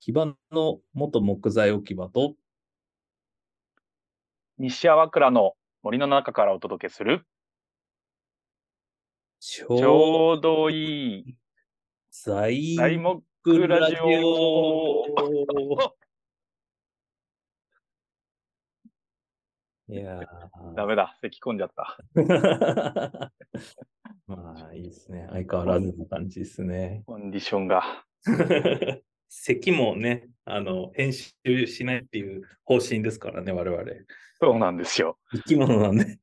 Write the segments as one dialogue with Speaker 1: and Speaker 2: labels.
Speaker 1: 木場の元木材置き場と、
Speaker 2: 西粟倉の森の中からお届けする、
Speaker 1: ち
Speaker 2: ち
Speaker 1: ょう
Speaker 2: ょうどいい
Speaker 1: 材
Speaker 2: 材木
Speaker 1: 木
Speaker 2: ラ
Speaker 1: ラ
Speaker 2: ジ
Speaker 1: ジ
Speaker 2: オ
Speaker 1: オ。いや
Speaker 2: ダメだ、咳込んじゃった。
Speaker 1: ーまあいいですね。相変わらずの感じですね。
Speaker 2: コンディションが。
Speaker 1: 咳もね、あの、編集しないっていう方針ですからね、我々。
Speaker 2: そうなんですよ。
Speaker 1: 生き物なんで、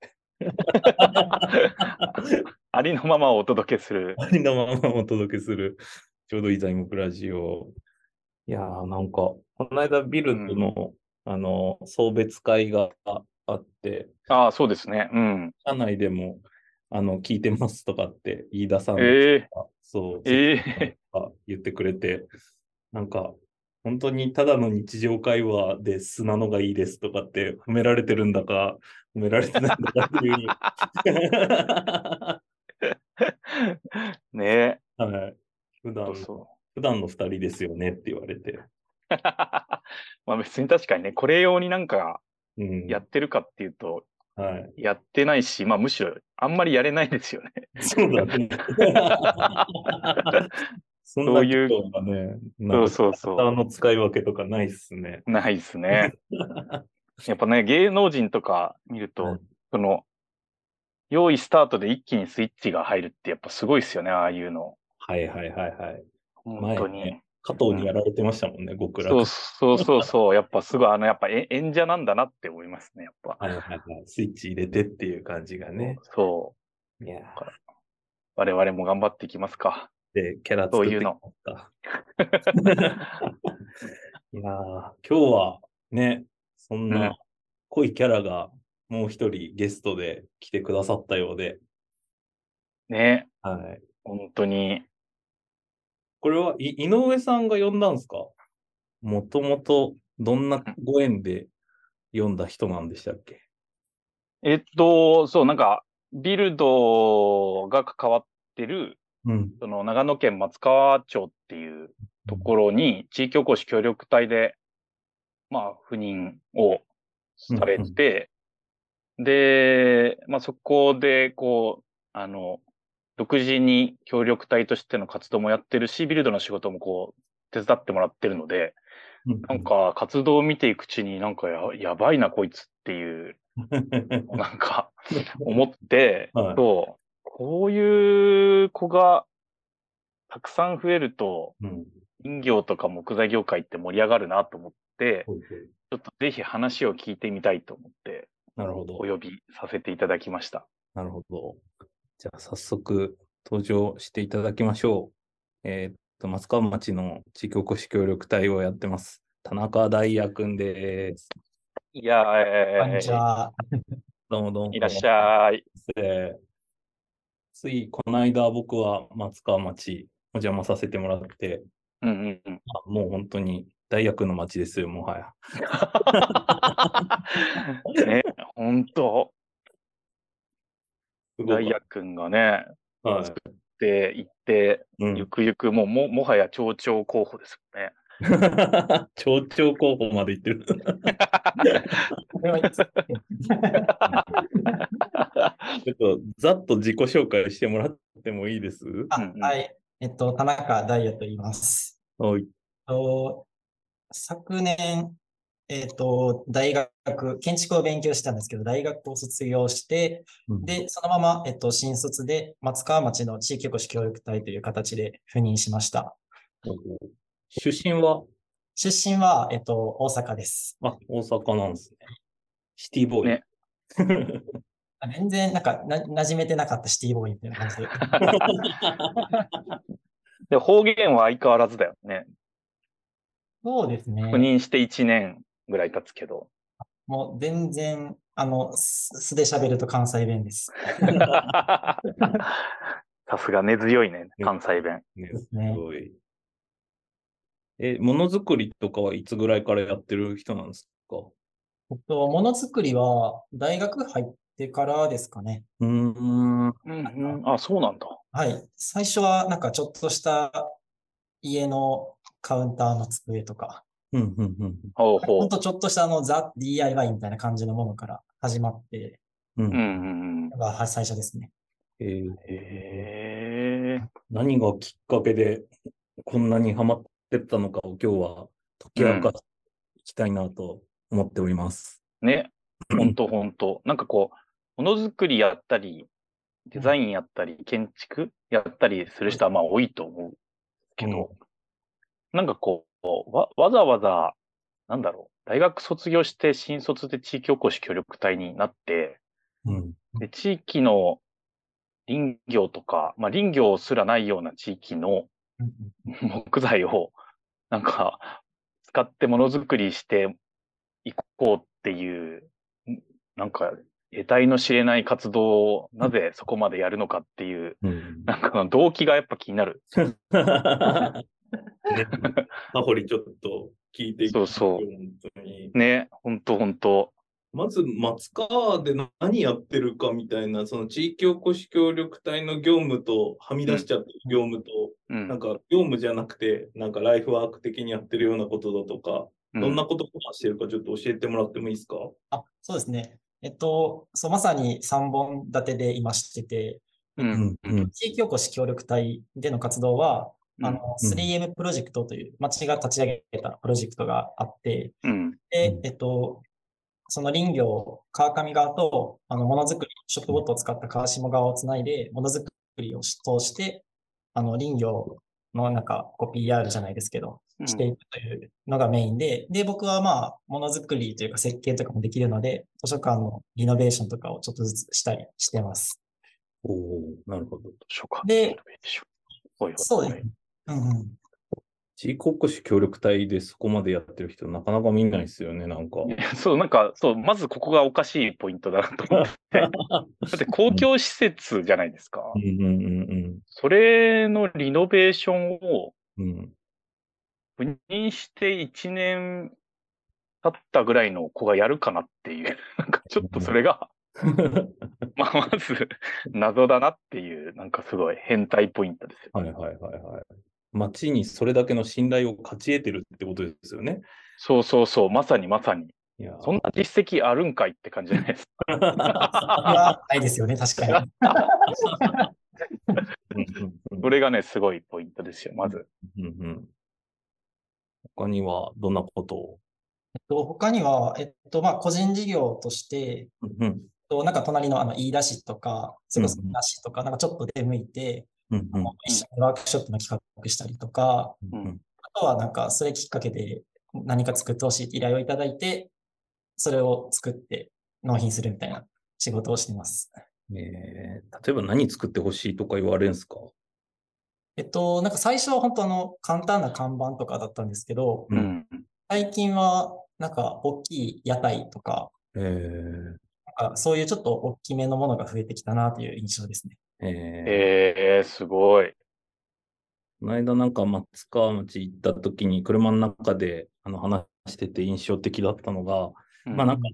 Speaker 2: ありのままをお届けする。
Speaker 1: ありのままお届けする、ちょうどいい材木ラジオ。いやー、なんか、この間ビルドの、あの、送別会があって、
Speaker 2: ああ、そうですね。うん。
Speaker 1: 社内でも、あの、聞いてますとかって、飯田さんが、
Speaker 2: え
Speaker 1: そう、
Speaker 2: ええ
Speaker 1: あ言ってくれて、なんか、本当にただの日常会話で素なのがいいですとかって褒められてるんだか、褒められてないんだかっていう。
Speaker 2: えね
Speaker 1: はい。普
Speaker 2: え。
Speaker 1: 段、
Speaker 2: そう。
Speaker 1: 普段の二人ですよねって言われて。
Speaker 2: まあ別に確かにね、これ用になんか
Speaker 1: うん。
Speaker 2: やってるかっていうと、
Speaker 1: はい。
Speaker 2: やってないし、まあむしろあんまりやれないですよね。
Speaker 1: そうだ ね。そんな
Speaker 2: そういう
Speaker 1: ことがね、な
Speaker 2: そ
Speaker 1: ん
Speaker 2: う
Speaker 1: か
Speaker 2: そう
Speaker 1: キャラク
Speaker 2: そ
Speaker 1: ター
Speaker 2: う。
Speaker 1: の使い分けとかないっすね。
Speaker 2: ないです ね。やっぱね、芸能人とか見ると、
Speaker 1: うん
Speaker 2: その、用意スタートで一気にスイッチが入るってやっぱすごいですよね、ああいうの。
Speaker 1: はいはいはいはい。
Speaker 2: 本当に。
Speaker 1: 前ね加藤にやられてましたもんね、極楽。
Speaker 2: そうそうそうそう。 やっぱすごい、あの、やっぱえ演者なんだなって思いますね、やっぱ。
Speaker 1: はいはいはい。スイッチ入れてっていう感じがね。
Speaker 2: そ
Speaker 1: いやー
Speaker 2: う。我々も頑張っていきますか。
Speaker 1: で、キャラ作ってきました。 いやー今日はね、そん
Speaker 2: うん
Speaker 1: な濃いキャラがもう一人ゲストで来てくださったようで、
Speaker 2: ね。
Speaker 1: はい。
Speaker 2: 本当に。
Speaker 1: これはい井上さんが呼んだんですかもともとどんなご縁で呼んだ人なんでしたっけ
Speaker 2: えっと、そう、なんか、ビルドが関わってる、
Speaker 1: うん。
Speaker 2: その長野県松川町っていうところに、地域おこし協力隊で、まあ、赴任をされて、で、まあ、そこで、こう、あの、独自に協力隊としての活動もやってるし、ビルドの仕事もこう、手伝ってもらってるので、なんか活動を見ていくうちになんかややばいなこいつっていうなんか、思って、
Speaker 1: はい
Speaker 2: そう、こういう子がたくさん増えると、
Speaker 1: うん。
Speaker 2: 林業とか木材業界って盛り上がるなと思って、ちょっとぜひ話を聞いてみたいと思って、
Speaker 1: なるほど
Speaker 2: お。呼びさせていただきました。
Speaker 1: なるほど。じゃあ、早速登場していただきましょう。えーっと、松川町の地域おこし協力隊をやってます。田中大也くんです。
Speaker 2: いやー、え
Speaker 3: こんにちは。
Speaker 1: どうもどうも。
Speaker 2: いらっしゃい。
Speaker 1: い。つい、この間僕は松川町お邪魔させてもらって、
Speaker 2: うんうんうん。
Speaker 1: あもう本当に大也くんの町ですよ、もはや。
Speaker 2: ね、本当
Speaker 1: すご
Speaker 2: ダ
Speaker 1: い
Speaker 2: イヤ君がね、
Speaker 1: はい
Speaker 2: で、行って、
Speaker 1: う
Speaker 2: ゆ
Speaker 1: ん、
Speaker 2: くゆくもう、も、もはや町長候補ですよね。
Speaker 1: 町長候補まで行ってる。
Speaker 3: これはいつ
Speaker 1: ちょっと、ざっと自己紹介してもらってもいいです
Speaker 3: あ
Speaker 2: うんうん
Speaker 3: はい。えっと、田中大也と言います。
Speaker 1: はい。
Speaker 3: えっと昨年、えっと、大学、建築を勉強したんですけど、大学を卒業して、で、そのまま、えっと、新卒で松川町の地域おこし協力隊という形で赴任しました。
Speaker 1: 出身は、
Speaker 3: 出身は、えっと、大阪です。
Speaker 1: あ、大阪なんですね。シティボーイ。
Speaker 2: ね
Speaker 3: あ全然、なんか、な、馴染めてなかったシティボーイみたいな感 じで。
Speaker 2: で、方言は相変わらずだよね。
Speaker 3: そうですね。
Speaker 2: 赴任して1年ぐらい経つけ ど。
Speaker 3: もう全然、あの、素素で喋ると関西弁です。
Speaker 2: さすが根強いね、関西弁。
Speaker 1: ね
Speaker 3: ですすね
Speaker 1: ごい。え、ものづくりとかはいつぐらいからやってる人なんですか
Speaker 3: えっと、ものづくりは大学入ってからですかね。
Speaker 1: うーん。
Speaker 2: うんうん、あ、そうなんだ。
Speaker 3: はい。最初はなんかちょっとした家のカウンターの机とか、
Speaker 1: うんうんうん
Speaker 2: ほうほ
Speaker 3: ほん
Speaker 2: う。
Speaker 3: とちょっとしたあのザ・ DIY みたいな感じのものから始まって、
Speaker 1: うんう
Speaker 2: うんんうんうん。
Speaker 3: のがは最初ですね。
Speaker 1: えー
Speaker 2: へえ。
Speaker 1: 何がきっかけでこんなにハマってったのかを今日は解き明かしていきたいなと思っております。
Speaker 2: ね。ほんとほんと。なんかこう、ものづくりやったり、デザインやったり、建築やったりする人はまあ多いと思うけど、なんかこう、わ、わざわざ、なんだろう、大学卒業して新卒で地域おこし協力隊になって、
Speaker 1: うん
Speaker 2: で地域の林業とか、まあ林業すらないような地域の
Speaker 3: うん
Speaker 2: 木材を、なんか、使ってものづくりしていこうっていう、んなんか、得体の知れない活動をなぜそこまでやるのかっていう、
Speaker 1: うん
Speaker 2: なんか動機がやっぱ気になる。
Speaker 1: ね、アホリちょっと聞いていき
Speaker 2: そうそう
Speaker 1: 本当に。
Speaker 2: ね、ほんとほんと。
Speaker 1: まず、松川で何やってるかみたいな、その地域おこし協力隊の業務と、はみ出しちゃってる業務と、
Speaker 2: うん。
Speaker 1: なんか業務じゃなくて、なんかライフワーク的にやってるようなことだとか、
Speaker 2: うん
Speaker 1: どんなことをしてるかちょっと教えてもらってもいいですか
Speaker 3: あ、そうですね。えっと、そう、まさに3本立てで今してて、
Speaker 2: うん。うん。
Speaker 3: 地域おこし協力隊での活動は、あの、
Speaker 1: うん
Speaker 3: 3M プロジェクトという町が立ち上げたプロジェクトがあって、
Speaker 2: うん。
Speaker 3: で
Speaker 1: う、ん
Speaker 3: えっと、その林業、川上側と、あの、ものづくり、植物を使った川下側をつないで、ものづくりをし通して、あの、林業のなんか、こう PR じゃないですけど、
Speaker 2: うん
Speaker 3: していくというのがメインで、で、僕はまあ、ものづくりというか設計とかもできるので、図書館のリノベーションとかをちょっとずつしたりしてます。
Speaker 1: おおなるほど。
Speaker 2: しようか
Speaker 3: で
Speaker 2: どうでしょうおいおいおい
Speaker 3: そうですね。うんうん。
Speaker 1: 地域おこし協力隊でそこまでやってる人、なかなか見ないですよね、なんか。
Speaker 2: いやそう、なんか、そう、まずここがおかしいポイントだなと思って。 だって公共施設じゃないですか。
Speaker 1: うんうんうん
Speaker 2: それのリノベーションを
Speaker 1: うん。うん
Speaker 2: 赴任して1年経ったぐらいの子がやるかなっていう、 なんかちょっとそれが、まあ、まず謎だなっていう、なんかすごい変態ポイントですよ。
Speaker 1: はいはいはいはい。町にそれだけの信頼を勝ち得てるってことですよね。
Speaker 2: そうそうそう、まさにまさに。
Speaker 1: いやー
Speaker 2: そんな実績あるんかいって感じじゃないですか。
Speaker 3: はないですよね、確かに。
Speaker 1: うんうんうん
Speaker 2: それがね、すごいポイントですよ、まず。
Speaker 1: うんうん他にはどんなことを
Speaker 3: と他には、えっと、まあ、個人事業として、
Speaker 1: うん
Speaker 3: と、なんか隣のあの、飯田市とか、それこそ
Speaker 1: うんうん
Speaker 3: 田市とか、なんかちょっと出向いて、
Speaker 1: うんうん
Speaker 3: あの一緒にワークショップの企画したりとか、
Speaker 1: うんうん
Speaker 3: あとはなんかそれきっかけで何か作ってほしいって依頼をいただいて、それを作って納品するみたいな仕事をしてます。
Speaker 1: えー例えば何作ってほしいとか言われるんですか
Speaker 3: えっと、なんか最初は本当あの、簡単な看板とかだったんですけど、
Speaker 1: うん
Speaker 2: うん。
Speaker 3: 最近はなんか大きい屋台とか、
Speaker 1: えー
Speaker 3: なんかそういうちょっと大きめのものが増えてきたなという印象ですね。
Speaker 1: えー
Speaker 2: えー、すごい。
Speaker 1: この間なんか松川町行った時に車の中であの話してて印象的だったのが、まあなんか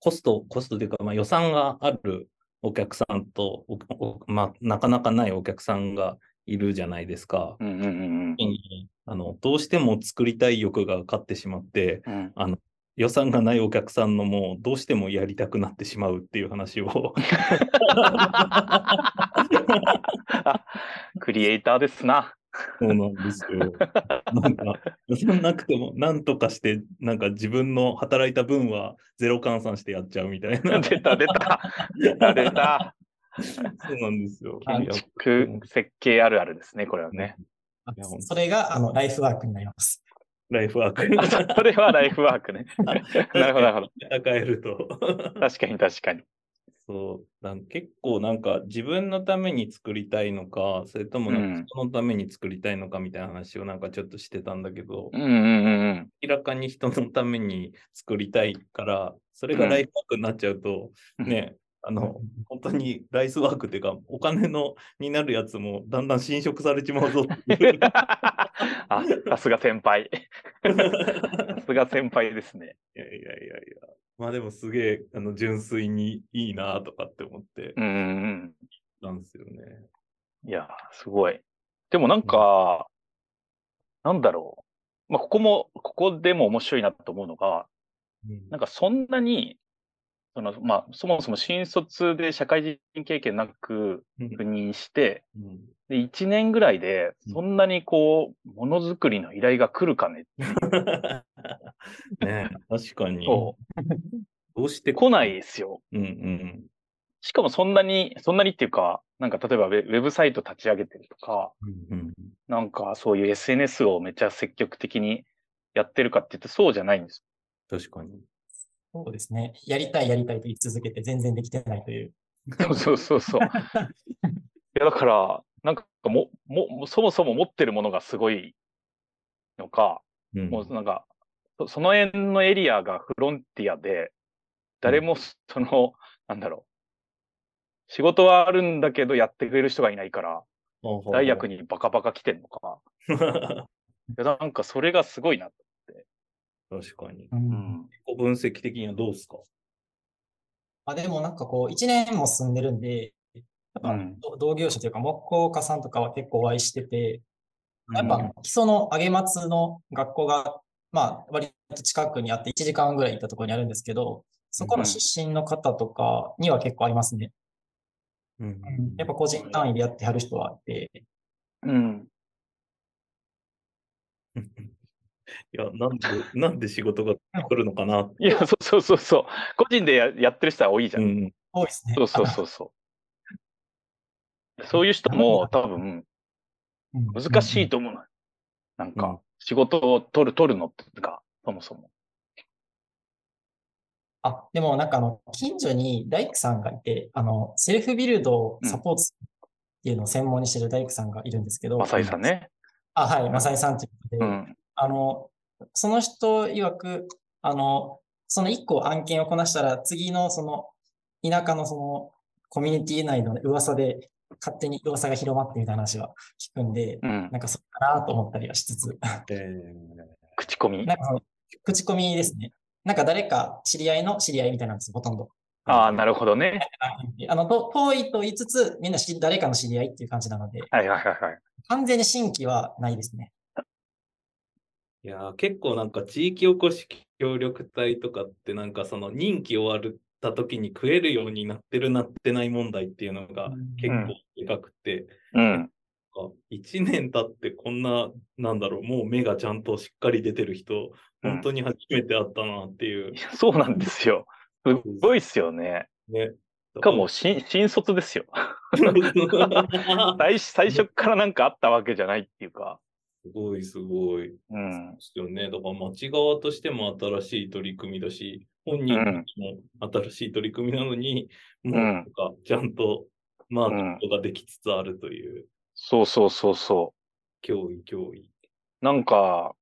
Speaker 1: コスト、コストというか、まあ、予算があるお客さんとおおまあ、なかなかないお客さんがいるじゃないですか。
Speaker 2: うんうんうん
Speaker 1: 時にあのどうしても作りたい欲が勝ってしまって、
Speaker 2: うん。うん
Speaker 1: 予算がないお客さんのもうどうしてもやりたくなってしまうっていう話 を
Speaker 2: クリエイターですな。
Speaker 1: そうなんですよ。なんか予算なくてもなんとかしてなんか自分の働いた分はゼロ換算してやっちゃうみたいな。
Speaker 2: 出た出た。出た出た。
Speaker 1: そうなんですよ。
Speaker 3: あ
Speaker 1: いや
Speaker 2: 建築設計あるあるですね、これは ね。
Speaker 3: あ
Speaker 1: いや本当
Speaker 3: それがあの、ライフワークになります。
Speaker 1: ライフワーク。
Speaker 2: あそそれはライフワークね。なるほど、なるほど。
Speaker 1: 戦えると。
Speaker 2: 確かに、確かに。
Speaker 1: そうなん結構なんか自分のために作りたいのか、それともなん
Speaker 2: うん
Speaker 1: か人のために作りたいのかみたいな話をなんかちょっとしてたんだけど、
Speaker 2: うんうんうん
Speaker 1: 明らかに人のために作りたいから、それがライフワークになっちゃうと、
Speaker 2: うん
Speaker 1: ね、あの、本当にライスワークっていうか、お金のになるやつもだんだん侵食されちまうぞって
Speaker 2: う
Speaker 1: い
Speaker 2: ん。
Speaker 1: う
Speaker 2: あ、さすが先輩。さすが先輩ですね。
Speaker 1: いやいやいやいや。まあでもすげえ、あの、純粋にいいなとかって思って
Speaker 2: うんうん
Speaker 1: たんですよね。
Speaker 2: うん。いや、すごい。でもなんか、なんだろまあ、ここも、ここでも面白いなと思うのが、なんかそんなに、そのまあ、そもそも新卒で社会人経験なく赴任して、
Speaker 1: うん
Speaker 2: で1年ぐらいで、そんなにこう、ものづくりの依頼が来るかね。
Speaker 1: ねえ 確かに。
Speaker 2: そ
Speaker 1: どうし
Speaker 2: う。
Speaker 1: て
Speaker 2: 来ないですよ。
Speaker 1: うんうん
Speaker 2: しかもそんなに、そんなにっていうか、なんか例えばウェウェブサイト立ち上げてるとか、
Speaker 1: うんうん。
Speaker 2: なんかそういう SNS をめっちゃ積極的にやってるかって言ってそうじゃないんです。
Speaker 1: 確かに。
Speaker 3: そうですね。やりたい、やりたいと言い続けて全然できてないという。
Speaker 2: そうそうそうそう。いやだから、なんかも、も、そもそも持ってるものがすごいのか、
Speaker 1: うん
Speaker 2: もうなんか、そその辺のエリアがフロンティアで、誰もその、なんだろう。仕事はあるんだけど、やってくれる人がいないから、
Speaker 1: ほうほう
Speaker 2: 大 学にバカバカ来てんのか。いやなんかそれがすごいな。
Speaker 1: 確かに。
Speaker 3: うん
Speaker 1: 自己分析的にはどうですか
Speaker 3: まあ、でもなんかこう、1年も進んでるんで、やっぱ
Speaker 2: うん
Speaker 3: ど同業者というか木工家さんとかは結構お会いしてて、
Speaker 2: うん
Speaker 3: やっぱ基礎の上げ松の学校が、まあ割と近くにあって1時間ぐらい行ったところにあるんですけど、そこの出身の方とかには結構ありますね。
Speaker 1: うん
Speaker 3: やっぱ個人単位でやってはる人はいて、
Speaker 2: うん。
Speaker 1: いや、なんで、なんで仕事が来るのかな。
Speaker 2: いや、そうそうそうそう。個人でややってる人は多いじゃ。
Speaker 1: うんん。
Speaker 3: 多いですね。
Speaker 2: そうそうそうそう。そういう人も多分
Speaker 3: うん
Speaker 2: 難しいと思うのよ。なん
Speaker 1: うん
Speaker 2: か、仕事を取る、取るのってか、そもそも。
Speaker 3: あ、でもなんかあの、近所に大工さんがいて、あの、セルフビルドをサポートするっていうのを専門にしてる大工さんがいるんですけど、
Speaker 2: マサイさん。ね。
Speaker 3: あ、はい、マサイさんっていう
Speaker 2: う
Speaker 3: ことで、
Speaker 2: ん。
Speaker 3: あの、その人曰く、あの、その1個案件をこなしたら、次のその、田舎のその、コミュニティ内の噂で、勝手に噂が広まってみたいな話は聞くんで、
Speaker 2: うん。
Speaker 3: なんかそうかなと思ったりはしつつ、
Speaker 1: え
Speaker 2: 口コミ
Speaker 3: な。んかその、口コミですね。なんか誰か知り合いの知り合いみたいなんです、ほとんど。
Speaker 2: ああ、なるほどね。
Speaker 3: あの、と遠いと言いつつ、みんなし誰かの知り合いっていう感じなので、
Speaker 2: はいはいはいはい。
Speaker 3: 完全に新規はないですね。
Speaker 1: いやー、結構なんか地域おこし協力隊とかって、なんかその任期終わった時に食えるようになってるなってない問題っていうのが結構でかくて、
Speaker 2: うん。
Speaker 1: 1年経ってこんな、なんだろう、もう目がちゃんとしっかり出てる人、本当に初めて会ったなっていう
Speaker 2: い。やそうなんですよ。すごいっすよね。
Speaker 1: ね。
Speaker 2: しかも、新、新卒ですよ。
Speaker 1: す
Speaker 2: 最初最初からなんかあったわけじゃないっていうか。
Speaker 1: ご いすごい。
Speaker 2: うん。
Speaker 1: ですよね。だから町側としても新しい取り組みだし、本
Speaker 2: う
Speaker 1: 人
Speaker 2: ん。
Speaker 1: も新しい取り組みなのに、もう
Speaker 2: うん
Speaker 1: なんかちゃんとマーケットができつつあるという、
Speaker 2: そうそうそうそう。
Speaker 1: 脅威、脅威。
Speaker 2: なんか、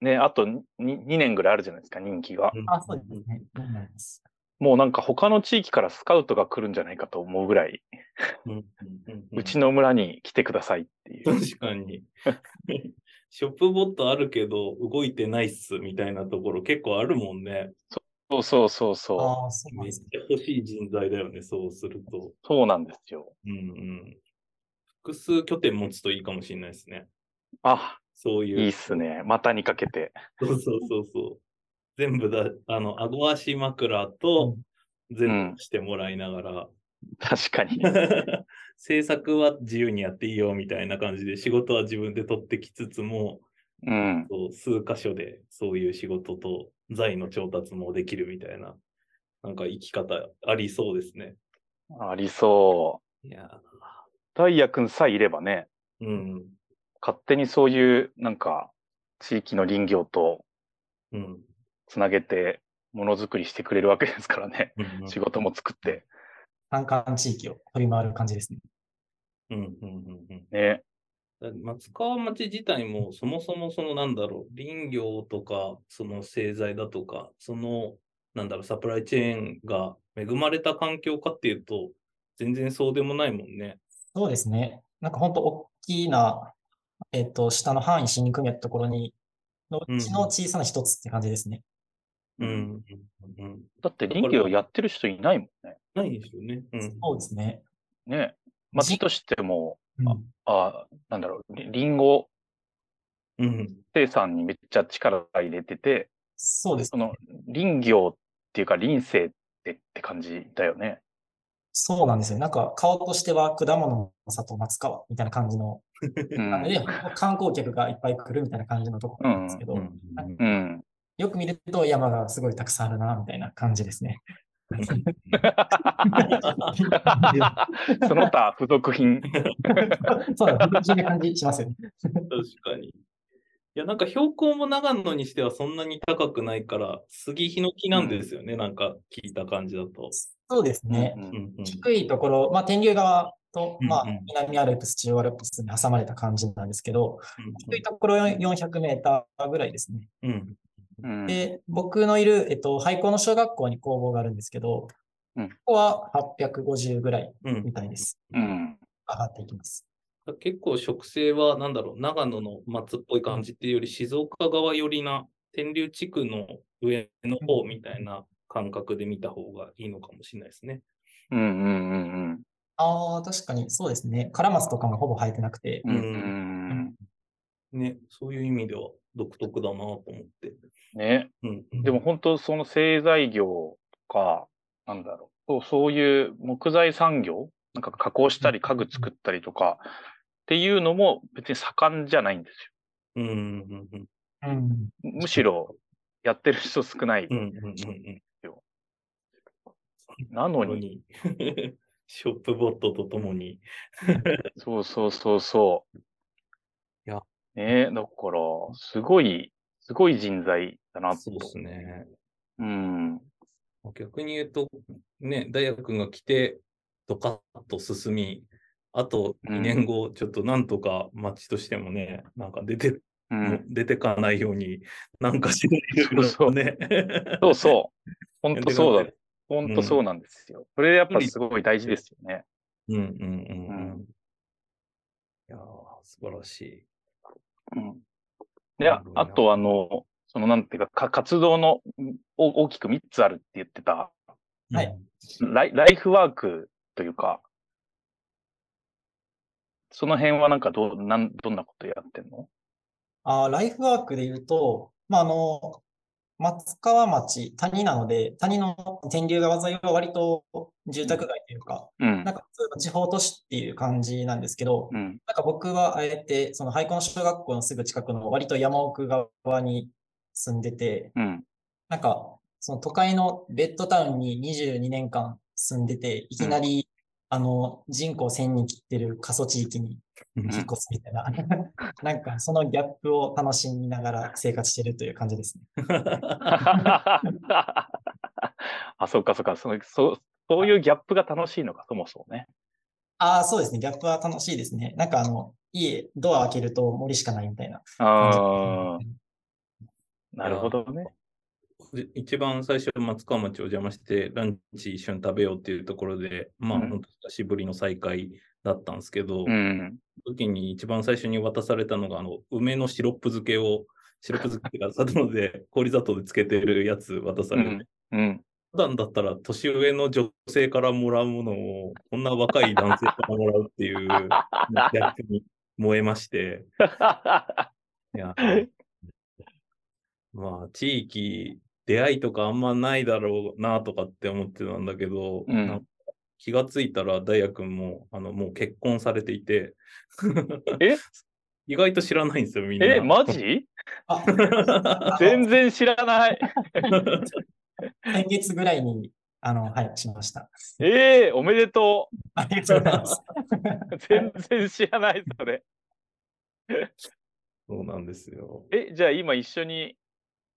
Speaker 2: ね、あとに 2, 年ぐらいあるじゃないですか、人気が。
Speaker 3: あ、そうですね。そうなんです。
Speaker 2: もうなんか他の地域からスカウトが来るんじゃないかと思うぐらい、
Speaker 1: うんうんうんうん
Speaker 2: うちの村に来てくださいっていう。
Speaker 1: 確かに。 ショップボットあるけど、動いてないっすみたいなところ結構あるもんね。
Speaker 2: そうそうそうそ
Speaker 3: ああ、そうなん
Speaker 1: め
Speaker 3: で
Speaker 1: っ
Speaker 3: す
Speaker 1: ち。ゃ欲しい人材だよね、そうすると。
Speaker 2: う。そうなんですよ。
Speaker 1: うんうん。複数拠点持つといいかもしれないですね。
Speaker 2: あ、
Speaker 1: そういう。
Speaker 2: いいっすね。股にかけて。
Speaker 1: そうそうそうそう。全部だ、あの、顎足枕と全部してもらいながら、
Speaker 2: 確かに。
Speaker 1: 制作は自由にやっていいよみたいな感じで、仕事は自分で取ってきつつも、
Speaker 2: うん。
Speaker 1: そう数箇所でそういう仕事と財の調達もできるみたいな、なんか生き方ありそうですね。
Speaker 2: ありそう。
Speaker 1: いや
Speaker 2: ダイヤ君さえいればね、
Speaker 1: ーうん、
Speaker 2: 勝手にそういう、なんか、地域の林業と
Speaker 1: うん。
Speaker 2: つなげて、ものづくりしてくれるわけですからね。
Speaker 1: うん
Speaker 2: 仕事も作って。
Speaker 3: 山間地域を取り回る感じですね。
Speaker 1: うん、うん、うん、うん。
Speaker 2: ね。
Speaker 1: 松川町自体もそもそもそのなんだろう、林業とか、その製材だとか、そのなんだろう、サプライチェーンが恵まれた環境かっていうと、全然そうでもないもんね。
Speaker 3: そうですね。なんか本当大きな、えっと、下の範囲森林組合ってところに、のうちの小さな一つって感じですね。
Speaker 1: うん。うんうん
Speaker 2: だって林業やってる人いないもんね。
Speaker 1: ないですよね。うん。
Speaker 3: そうですね。
Speaker 2: ね、
Speaker 3: じ
Speaker 2: 町としても、
Speaker 3: うん
Speaker 2: あなんだろう、りりんご
Speaker 1: うん。
Speaker 2: 生産にめっちゃ力入れてて、
Speaker 3: そうです
Speaker 2: そ。の林業っていうか林生ってって感じだよね。
Speaker 3: そうなんですよ。なんか、顔としては果物の里松川みたいな感じの、
Speaker 2: うん。
Speaker 3: なので、観光客がいっぱい来るみたいな感じのところなんですけど、
Speaker 1: うん
Speaker 2: うん。
Speaker 3: よく見ると山がすごいたくさんあるな、みたいな感じです ね。
Speaker 2: その他付属品。
Speaker 3: そうなんです。不思議な感じしますよね。
Speaker 1: 確かに。いや、なんか標高も長野にしてはそんなに高くないから、杉ヒノキなんですよね、なんか聞いた感じだと。
Speaker 3: そうですね。
Speaker 2: うん
Speaker 1: うんうん
Speaker 3: 低いところ、まあ、天竜川と、
Speaker 1: うんうん
Speaker 3: まあ、南アルプス、中央アルプスに挟まれた感じなんですけど、低いところ400メーターぐらいですね。
Speaker 1: うん
Speaker 2: うん
Speaker 3: で、僕のいる、えっと、廃校の小学校に工房があるんですけど、
Speaker 2: うん
Speaker 3: ここは850ぐらい
Speaker 1: うん
Speaker 3: みたいです。
Speaker 2: うん。
Speaker 3: 上がっていきます。
Speaker 1: 結構植生は、なんだろう、長野の松っぽい感じっていうより、静岡側寄りな、天竜地区の上の方みたいな感覚で見た方がいいのかもしれないですね。
Speaker 2: うんうんうん
Speaker 3: ああ、確かにそうですね。カラマスとかもほぼ生えてなくて、
Speaker 2: うん。うんうんうん
Speaker 1: ね、そういう意味では独特だなと思って。
Speaker 2: ね。
Speaker 1: うん、
Speaker 2: でも、本当その製材業とか、なんだろう。そうそういう木材産業なんか加工したり家具作ったりとかっていうのも別に盛んじゃないんです
Speaker 1: うん、うん、うん、
Speaker 3: うん、
Speaker 2: よ。むしろやってる人少ない。
Speaker 1: うん、うん、うん。
Speaker 2: なの
Speaker 1: 共
Speaker 2: に、
Speaker 1: に、 ショップボットとともに。
Speaker 2: そうそうそうそう。
Speaker 1: いや。
Speaker 2: ねえ、だから、すごい、すごい人材だなと。
Speaker 1: そうですね。
Speaker 2: うん。
Speaker 1: 逆に言うと、ね、大学が来て、ドカッと進み、あと2年後、ちょっとなんとか町としてもね、なんか出て、
Speaker 2: うん。
Speaker 1: 出てかないように、なんかしてるよね。
Speaker 2: そうそうそうそう。ほんとそうだ。。ほんとそうなんですよ。それやっぱすごい大事ですよね。
Speaker 1: うんうんうんうん。
Speaker 2: うん
Speaker 1: いやー、素晴らしい。
Speaker 2: うん。で、ああとあの、そのなんていうか、か活動のお大きく3つあるって言ってた、
Speaker 3: はい。
Speaker 2: ライライフワークというか、その辺はなんかどう、なん、どんなことやってんの
Speaker 3: あーライフワークで言うと、まあ、あの、松川町、谷なので、谷の天竜川沿いは割と住宅街というか、
Speaker 2: うん
Speaker 3: なん。か普通の地方都市っていう感じなんですけど、
Speaker 2: うん。
Speaker 3: なんか僕はあえて、その廃校の小学校のすぐ近くの割と山奥側に住んでて、
Speaker 2: うん。
Speaker 3: なんか、その都会のベッドタウンに22年間住んでて、いきなり、あの、人口1000人切ってる過疎地域に
Speaker 1: うん
Speaker 3: 引っ越すみたいな、 なんかそのギャップを楽しみながら生活してるという感じですね。
Speaker 2: あ、そっかそっか。そのそうそういうギャップが楽しいのか、そもそもね。
Speaker 3: ああ、そうですね。ギャップは楽しいですね。なんかあの、家、ドア開けると森しかないみたいな。
Speaker 2: ああ、なるほどね。
Speaker 1: 一番最初、松川町お邪魔して、ランチ一緒に食べようっていうところで、まあ、
Speaker 2: うん
Speaker 1: 本当久しぶりの再会だったんですけど、
Speaker 2: うん。
Speaker 1: 時に一番最初に渡されたのが、あの、梅のシロップ漬け を、シロップ漬けが砂糖で、氷砂糖で漬けてるやつ渡されて、
Speaker 2: うん。
Speaker 1: 普段だったら年上の女性からもらうものを、こんな若い男性からもらうっていう、やつに燃えまして、いや、 まあ、地域、出会いとかあんまないだろうなとかって思ってたんだけど、
Speaker 2: うん
Speaker 1: なんか気がついたら、大也君も、あの、もう結婚されていて、
Speaker 2: え
Speaker 1: 意外と知らないんですよ、みんな。
Speaker 2: え、マジ
Speaker 3: あ、
Speaker 2: 全然知らない。
Speaker 3: 先月ぐらいに、あの、はい、しました。
Speaker 2: ええおめでと
Speaker 3: ありがとうございます。
Speaker 2: う。 全然知らない、それ。
Speaker 1: そうなんですよ。
Speaker 2: え、じゃあ今一緒に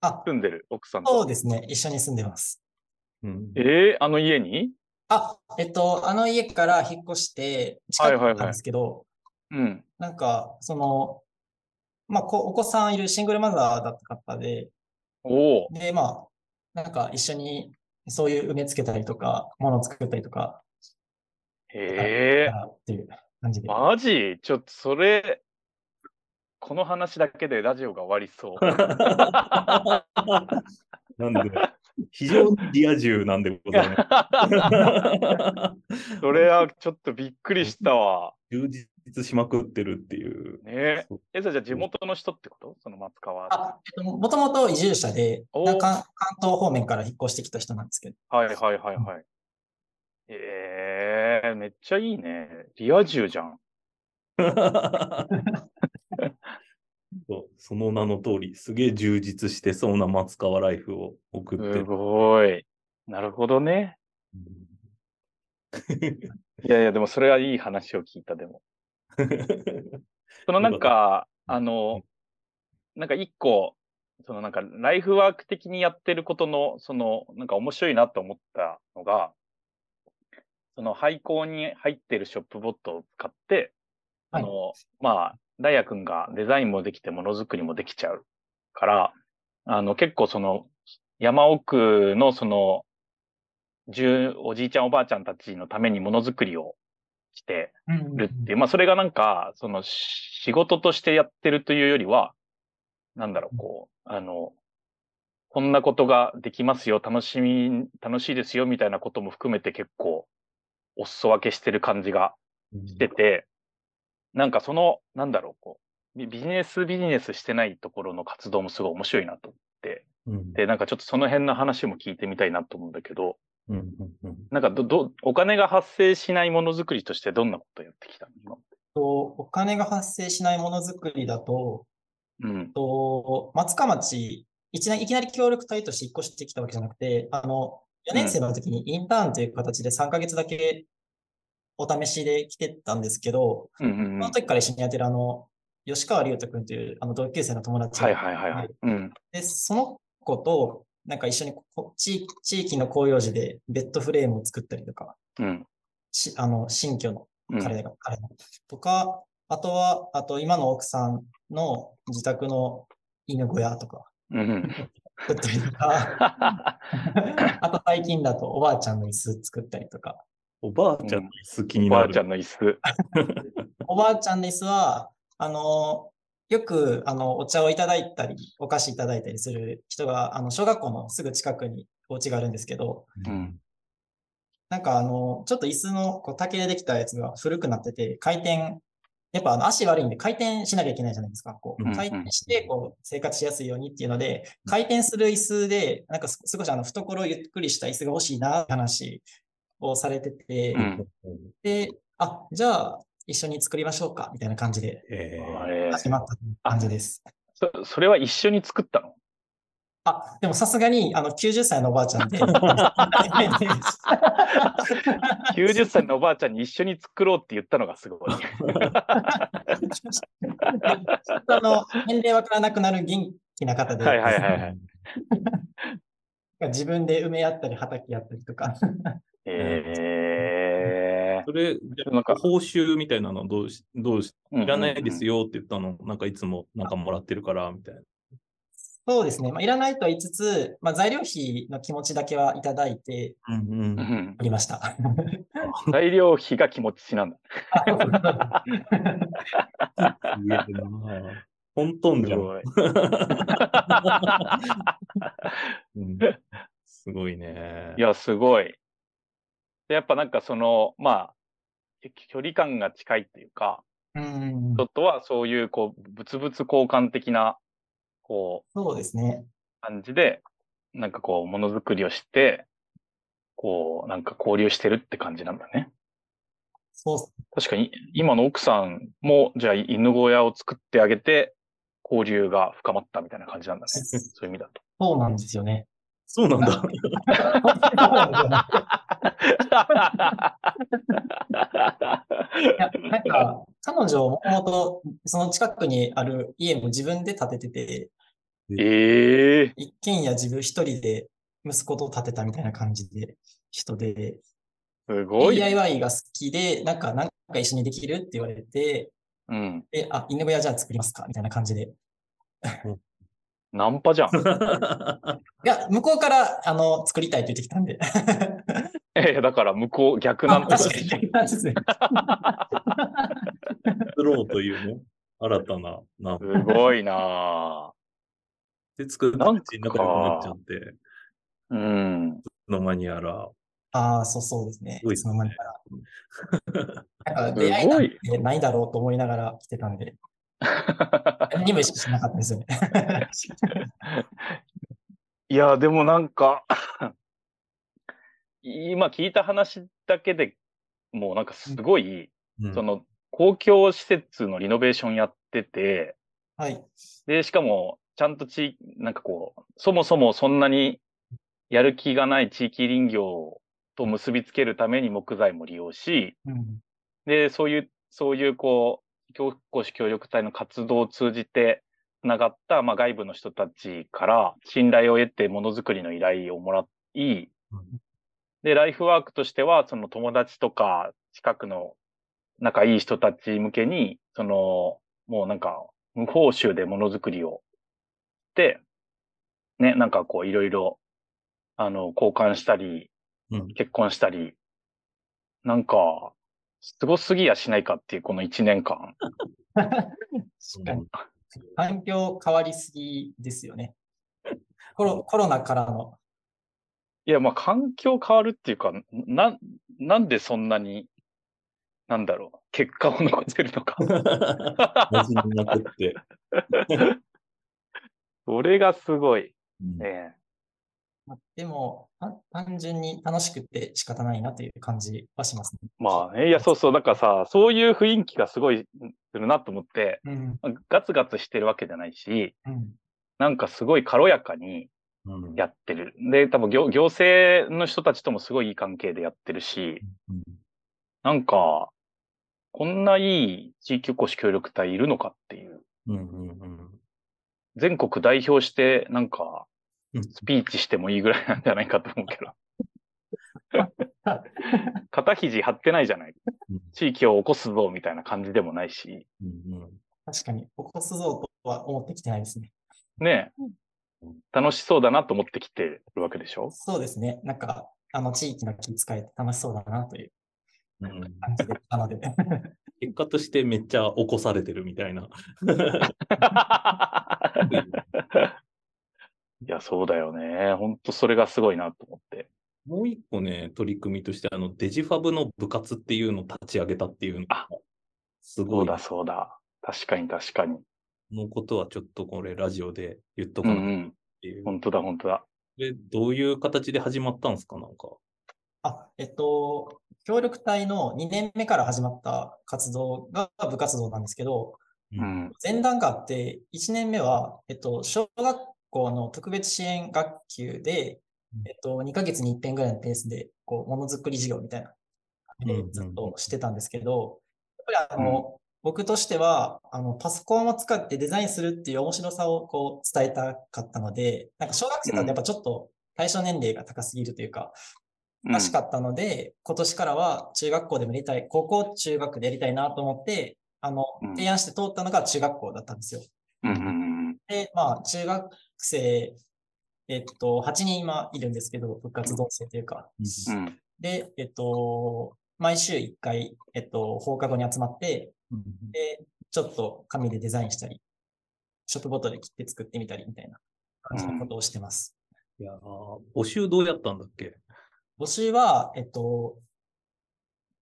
Speaker 3: あ、
Speaker 2: 住んでる、奥さん
Speaker 3: そう
Speaker 2: と。
Speaker 3: ですね。一緒に住んでます。
Speaker 1: うん
Speaker 2: ええあの家に
Speaker 3: あ、えっと、あの家から引っ越して近くなんですけど、
Speaker 2: うん。
Speaker 3: なんか、その、まあこ、お子さんいるシングルマザーだった方で、
Speaker 2: おお。
Speaker 3: で、まあ、なんか一緒にそういう埋め付けたりとか、物を作ったりとか、
Speaker 2: ええ
Speaker 3: あっていう感じで。
Speaker 2: マジちょっとそれ、この話だけでラジオが終わりそう。
Speaker 1: なんで、非常にリア充なんでございます。
Speaker 2: それはちょっとびっくりしたわ。
Speaker 1: 充実実しまくってるっていう。
Speaker 2: ね
Speaker 1: そう
Speaker 2: え。え、それじゃあ地元の人ってことその松川。
Speaker 3: あ、えっと、もともと移住者で、
Speaker 2: おー
Speaker 3: なんか関東方面から引っ越してきた人なんですけど。
Speaker 2: はいはいはいはい。ええめっちゃいいね。リア充じゃん。
Speaker 1: そうその名の通り、すげえ充実してそうな松川ライフを送って
Speaker 2: す
Speaker 1: る。
Speaker 2: ごい。なるほどね。いやいや、でもそれはいい話を聞いた、でも。そのなんか、あの、なんか一個、そのなんかライフワーク的にやってることの、そのなんか面白いなと思ったのが、その廃校に入ってるショップボットを使って、あの、まあ、ダイヤ君がデザインもできてものづくりもできちゃうから、あの結構その山奥のその、十、おじいちゃんおばあちゃんたちのためにものづくりをして、
Speaker 3: うん
Speaker 2: るっていう、まあそれがなんか、そのし仕事としてやってるというよりは、なんだろう、こう、あの、こんなことができますよ、楽しみ、楽しいですよ、みたいなことも含めて結構、お裾分けしてる感じがしてて、なんかその、なんだろう、こう、ビビジネスビジネスしてないところの活動もすごい面白いなと思って、
Speaker 1: うん
Speaker 2: で、なんかちょっとその辺の話も聞いてみたいなと思うんだけど、
Speaker 1: うんうんうん
Speaker 2: なんかど、ど、お金が発生しないものづくりとしてどんなことやってきたの今
Speaker 3: とお金が発生しないものづくりだと、
Speaker 2: うん。
Speaker 3: と松川町いきなり、いきなり協力隊として引っ越してきたわけじゃなくて、あの、4年生の時にインターンという形で3ヶ月だけお試しで来てたんですけど、
Speaker 2: うんうんうん
Speaker 3: その時から一緒にやってるあの、吉川龍斗くんというあの同級生の友達が
Speaker 2: はいはいはいはい。うん。
Speaker 3: で、その子と、なんか一緒にこ地地域の紅葉樹でベッドフレームを作ったりとか、
Speaker 2: うん。
Speaker 3: しあの新居の
Speaker 2: うん
Speaker 3: 彼が、彼のとか、あとは、あと今の奥さんの自宅の犬小屋とか
Speaker 2: うんうん。
Speaker 3: 作ったりと か、あと最近だとおばあちゃんの椅子作ったりとか、
Speaker 1: おばあちゃんの好きに
Speaker 2: おば
Speaker 1: な
Speaker 2: あちゃ
Speaker 1: る。
Speaker 2: んの椅子。
Speaker 3: おばあちゃんの椅子は、あの、よく、あの、お茶をいただいたり、お菓子いただいたりする人が、あの、小学校のすぐ近くにお家があるんですけど、
Speaker 2: うん。
Speaker 3: なんかあの、ちょっと椅子のこう竹でできたやつが古くなってて、回転、やっぱあの足悪いんで回転しなきゃいけないじゃないですか。こ
Speaker 1: うんう
Speaker 3: うん回転してこう生活しやすいようにっていうので、回転する椅子で、なんかす少しあの懐をゆっくりした椅子が欲しいなって話をされてて、
Speaker 2: うん
Speaker 3: で、あ、じゃあ一緒に作りましょうかみたいな感じで
Speaker 1: え
Speaker 2: あ
Speaker 1: ー
Speaker 2: れ
Speaker 3: 始まった感じです。
Speaker 2: そ、それは一緒に作ったの
Speaker 3: あ、でもさすがにあの90歳のおばあちゃんで、
Speaker 2: ?90 歳のおばあちゃんに一緒に作ろうって言ったのがす ごい。
Speaker 3: ちょっとあの、年齢わからなくなる元気な方で、
Speaker 2: はいはいはいはい。
Speaker 3: 自分で埋め合ったり、畑やったりとか。
Speaker 2: え
Speaker 1: それ、じゃ
Speaker 2: なん
Speaker 1: あ
Speaker 2: か
Speaker 1: 報酬みたいなのどうし、どうし、
Speaker 2: ー。
Speaker 1: いらないですよ
Speaker 2: よ。
Speaker 1: って言ったの、なんかいつもなんかもらってるから、みたいな。
Speaker 3: そうですね。まあ、いらないとは言いつつ、まあ、材料費の気持ちだけはいただいて
Speaker 1: うんうん
Speaker 2: うん
Speaker 3: おりました。
Speaker 2: 材料費が気持ちなんだ。
Speaker 1: 言えてるなトントンじゃん。
Speaker 2: い。
Speaker 1: うんすごいね。
Speaker 2: いや、すごい。でやっぱなんかその、まあ、距離感が近いっていうか、
Speaker 3: うん
Speaker 2: 人とはそういう、こう、物々交換的な、こ
Speaker 3: そうですね。
Speaker 2: う、感じで、なんかこう、ものづくりをして、こう、なんか交流してるって感じなんだね。
Speaker 3: そうっす
Speaker 2: 確かに、今の奥さんも、じゃあ犬小屋を作ってあげて、交流が深まったみたいな感じなん だね。そういう意味だと。
Speaker 3: そうなんですよね。
Speaker 1: そうなんだ。
Speaker 3: いやなんか、彼女もともと、その近くにある家も自分で建ててて、
Speaker 2: ええ
Speaker 3: 一軒家自分一人で息子と建てたみたいな感じで、人で、
Speaker 2: すごい。
Speaker 3: DIY が好きで、なんか、なんか一緒にできるって言われて、
Speaker 2: うん。
Speaker 3: え、あ、犬小屋じゃあ作りますかみたいな感じで。い
Speaker 2: ナン パじゃん。
Speaker 3: や、向こうから、あの、作りたいって言ってきたんで。
Speaker 2: ええだから向こう逆ナ
Speaker 3: あ
Speaker 2: ンパ
Speaker 3: 確かに、なんですね。
Speaker 1: 作ろうというね、 新たな、なん
Speaker 2: すごいなぁ。
Speaker 1: で作ったうちに仲良くなっちゃって、い
Speaker 2: うん。
Speaker 1: つの間にやら、
Speaker 3: ああ、そうそうですね。
Speaker 1: すごい
Speaker 3: い
Speaker 1: です
Speaker 3: つ
Speaker 1: ね
Speaker 3: の間にか。なんか
Speaker 2: す
Speaker 3: 出会いな
Speaker 2: ご
Speaker 3: ん
Speaker 2: い
Speaker 3: てないだろうと思いながら来てたんで、何にも意識しなかったですよね。
Speaker 2: いや、でもなんか、 今聞いた話だけでもうなんかすごい、
Speaker 1: うん
Speaker 2: その公共施設のリノベーションやってて、
Speaker 3: はい。
Speaker 2: で、しかもちゃんと地域、なんかこう、そもそもそんなにやる気がない地域林業と結びつけるために木材も利用し、
Speaker 3: うん。
Speaker 2: で、そういう、そういうこう、教育士協力隊の活動を通じて、つながった、まあ、外部の人たちから信頼を得てものづくりの依頼をもらい、で、ライフワークとしては、その友達とか近くの仲いい人たち向けに、その、もうなんか、無報酬でものづくりをして、ね、なんかこう、いろいろ、あの、交換したり、
Speaker 1: うん
Speaker 2: 結婚したり、なんか、すごすぎやしないかっていう、この一年間。
Speaker 3: 確かに。環境変わりすぎですよね。コロコロナからの。
Speaker 2: いや、まあ、環境変わるっていうか、な、なんでそんなに、なんだろう、結果を残せるのか。
Speaker 1: 大事になくって。
Speaker 2: それがすごい。
Speaker 1: うん
Speaker 2: ね
Speaker 3: まあでも、た単純に楽しくて仕方ないなという感じはしますね。
Speaker 2: まあね、いや、そうそう、なんかさ、そういう雰囲気がすごいするなと思って、
Speaker 3: うん。
Speaker 2: ガツガツしてるわけじゃないし、
Speaker 3: うん。
Speaker 2: なんかすごい軽やかに
Speaker 1: うん
Speaker 2: やってる。で、多分行行政の人たちともすごいいい関係でやってるし、
Speaker 1: うん
Speaker 2: なんか、こんないい地域おこし協力隊いるのかっていう。
Speaker 1: うんうん
Speaker 2: 全国代表して、なんか、
Speaker 1: うん
Speaker 2: スピーチしてもいいぐらいなんじゃないかと思うけ ど。肩肘張ってないじゃな
Speaker 1: う
Speaker 2: い
Speaker 1: ん。
Speaker 2: 地域を起こすぞみたいな感じでもないし。
Speaker 1: うんうん
Speaker 3: 確かに、起こすぞとは思ってきてないですね。
Speaker 2: ねえ楽しそうだなと思ってきてるわけでし ょ
Speaker 3: そうですね。なんか、あの、地域の気使えて楽しそうだなという
Speaker 1: うん
Speaker 3: 感じで、な ので。
Speaker 1: 結果としてめっちゃ起こされてるみた いな。
Speaker 2: いや、そうだよね。ほんとそれがすごいなと思って。
Speaker 1: もう一個ね、取り組みとして、あの、デジファブの部活っていうのを立ち上げたっていうのが
Speaker 2: あ、
Speaker 1: す
Speaker 2: そ
Speaker 1: ご
Speaker 2: う
Speaker 1: い。
Speaker 2: だ、
Speaker 1: こ
Speaker 2: そうだ。確かに、確かに。
Speaker 1: のことはちょっとこれ、ラジオで言っと
Speaker 2: う
Speaker 1: か
Speaker 2: ん
Speaker 1: な
Speaker 2: う
Speaker 1: っ
Speaker 2: ん。
Speaker 1: ていう。
Speaker 2: ほんとだ、ほんとだ。
Speaker 1: で、どういう形で始まったんですか、なんか。
Speaker 3: あ、えっと、協力隊の2年目から始まった活動が部活動なんですけど、
Speaker 2: うん。
Speaker 3: 前段があって、1年目は、えっと、小学校の特別支援学級で
Speaker 1: うん、
Speaker 3: えっと、2ヶ月に1遍ぐらいのペースで、こう、ものづくり授業みたいな、
Speaker 1: うん
Speaker 3: で
Speaker 1: うんうん
Speaker 3: ずっとしてたんですけど、やっぱりあの、僕としては、あの、パソコンを使ってデザインするっていう面白さをこう、伝えたかったので、なんか小学生だとやっぱちょっと対象年齢が高すぎるというか、らしかったので、今年からは中学校でもやりたい、高校中学でやりたいなと思って、あの
Speaker 2: うん、
Speaker 3: 提案して通ったのが中学校だったんですよ。
Speaker 2: うんうんうんうん。
Speaker 3: で、まあ、中学生、えっと、8人今いるんですけど、部活動生というか。
Speaker 2: うん。
Speaker 3: で、えっと、毎週1回、えっと、放課後に集まって、で、ちょっと紙でデザインしたり、ショップボトル切って作ってみたりみたいな感じのことをしてます。
Speaker 1: いやー募集どうやったんだっけ
Speaker 3: 募集は、えっと、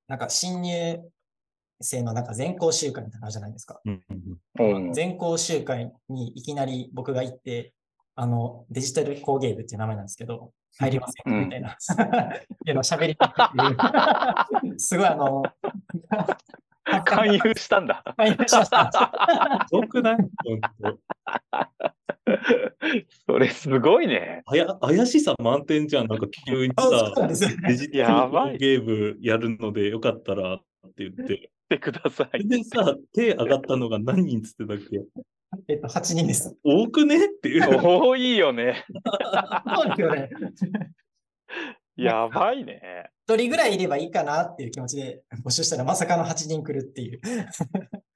Speaker 3: なんか新入生のなんか全校集会みたいなのあるじゃないですか。
Speaker 1: うんうん
Speaker 2: うん
Speaker 3: 全校集会にいきなり僕が行って、あの、デジタル工芸部っていう名前なんですけど、入りません
Speaker 2: う
Speaker 3: か
Speaker 2: ん
Speaker 3: みたいな。 っていうのを喋りたくて すごいあの、
Speaker 2: 勧誘したんだ。
Speaker 3: 勧誘しました。
Speaker 1: よくないほんと
Speaker 2: それすごいね。
Speaker 1: あや怪しさ満点じゃん。なんか急に
Speaker 3: あそう
Speaker 1: さ
Speaker 3: な、んですよね
Speaker 1: デジタ
Speaker 2: や
Speaker 1: ル
Speaker 2: ばい
Speaker 1: ゲームやるのでよかったらって言って。
Speaker 2: 言ってください。
Speaker 1: でさ、手上がったのが何人っつってたっけ
Speaker 3: えっと、8人です。
Speaker 1: 多くねっていう。
Speaker 2: 多いよね。
Speaker 3: そうですよね。
Speaker 2: やばいね。
Speaker 3: 1人ぐらいいればいいかなっていう気持ちで募集したらまさかの8人来るっていう。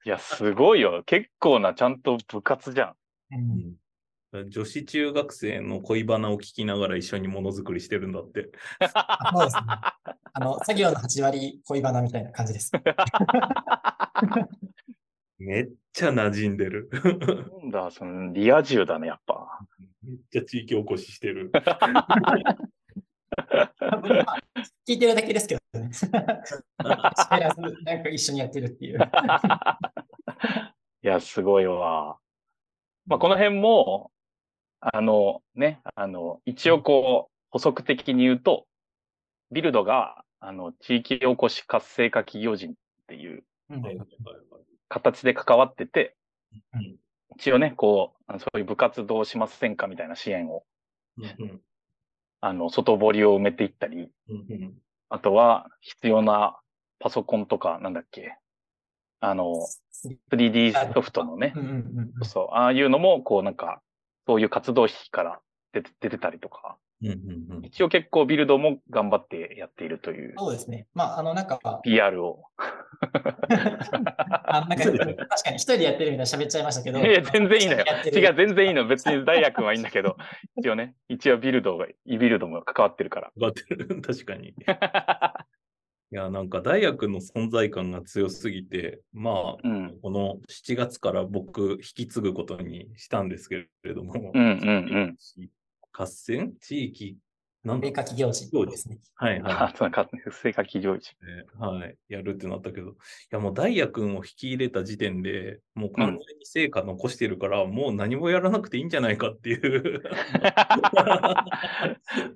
Speaker 2: いや、すごいよ。結構な、ちゃんと部活じゃん。
Speaker 3: うん
Speaker 1: 女子中学生の恋バナを聞きながら一緒にものづくりしてるんだって。
Speaker 3: あそうですね。あの、作業の8割恋バナみたいな感じです。
Speaker 1: めっちゃ馴染んでる。
Speaker 2: なんだ、その、リア充だね、やっぱ。
Speaker 1: めっちゃ地域おこししてる。
Speaker 3: 多分まあ聞いてるだけですけどね。 知らずなんか一緒にやってるってい
Speaker 2: い
Speaker 3: う。
Speaker 2: や、すごいわ。まあ、この辺も、あのね、あの、一応こう、補足的に言うと、ビルドが、あの、地域おこし活性化企業人っていう
Speaker 3: うん
Speaker 1: はいはい
Speaker 2: 形で関わってて
Speaker 1: うん、
Speaker 2: 一応ね、こう、あのそういう部活動しませんかみたいな支援を、
Speaker 1: はいうん
Speaker 2: あの、外堀を埋めていったり、
Speaker 1: うんうん
Speaker 2: あとは必要なパソコンとか、なんだっけ、あの、3D ソフトのね
Speaker 3: う、んうんうん
Speaker 2: そうそう、ああいうのも、こうなんか、そういう活動費から出て出てたりとか、
Speaker 1: うんうんうん
Speaker 2: 一応結構ビルドも頑張ってやっているという
Speaker 3: そうですね。まあ、あの、なんか、
Speaker 2: PR を。
Speaker 3: あなんか確かに一人でやってるみたいな喋っちゃいましたけど。
Speaker 2: いや、全然いいのよ。
Speaker 3: やってる
Speaker 2: 違う、全然いいの。別に大学はいいんだけど、 一応ね、一応ビルドが、イビルドも関わってるか
Speaker 1: 頑張ってる 確かに。い
Speaker 2: ら。
Speaker 1: や、なんか大学の存在感が強すぎて、ま
Speaker 2: う
Speaker 1: あ、
Speaker 2: ん。
Speaker 1: この7月から僕、引き継ぐことにしたんですけれども、
Speaker 2: うんうん
Speaker 1: 合戦地域なんだ
Speaker 3: 米化企業人ですね。
Speaker 1: はい
Speaker 2: うん。
Speaker 1: は
Speaker 2: あ、そうか、成果企業 一。
Speaker 1: い、はい。やるってなったけど、いやもうダイヤ君を引き入れた時点でもう完全に成果残してるから、もう何もやらなくていいんじゃないかって いう。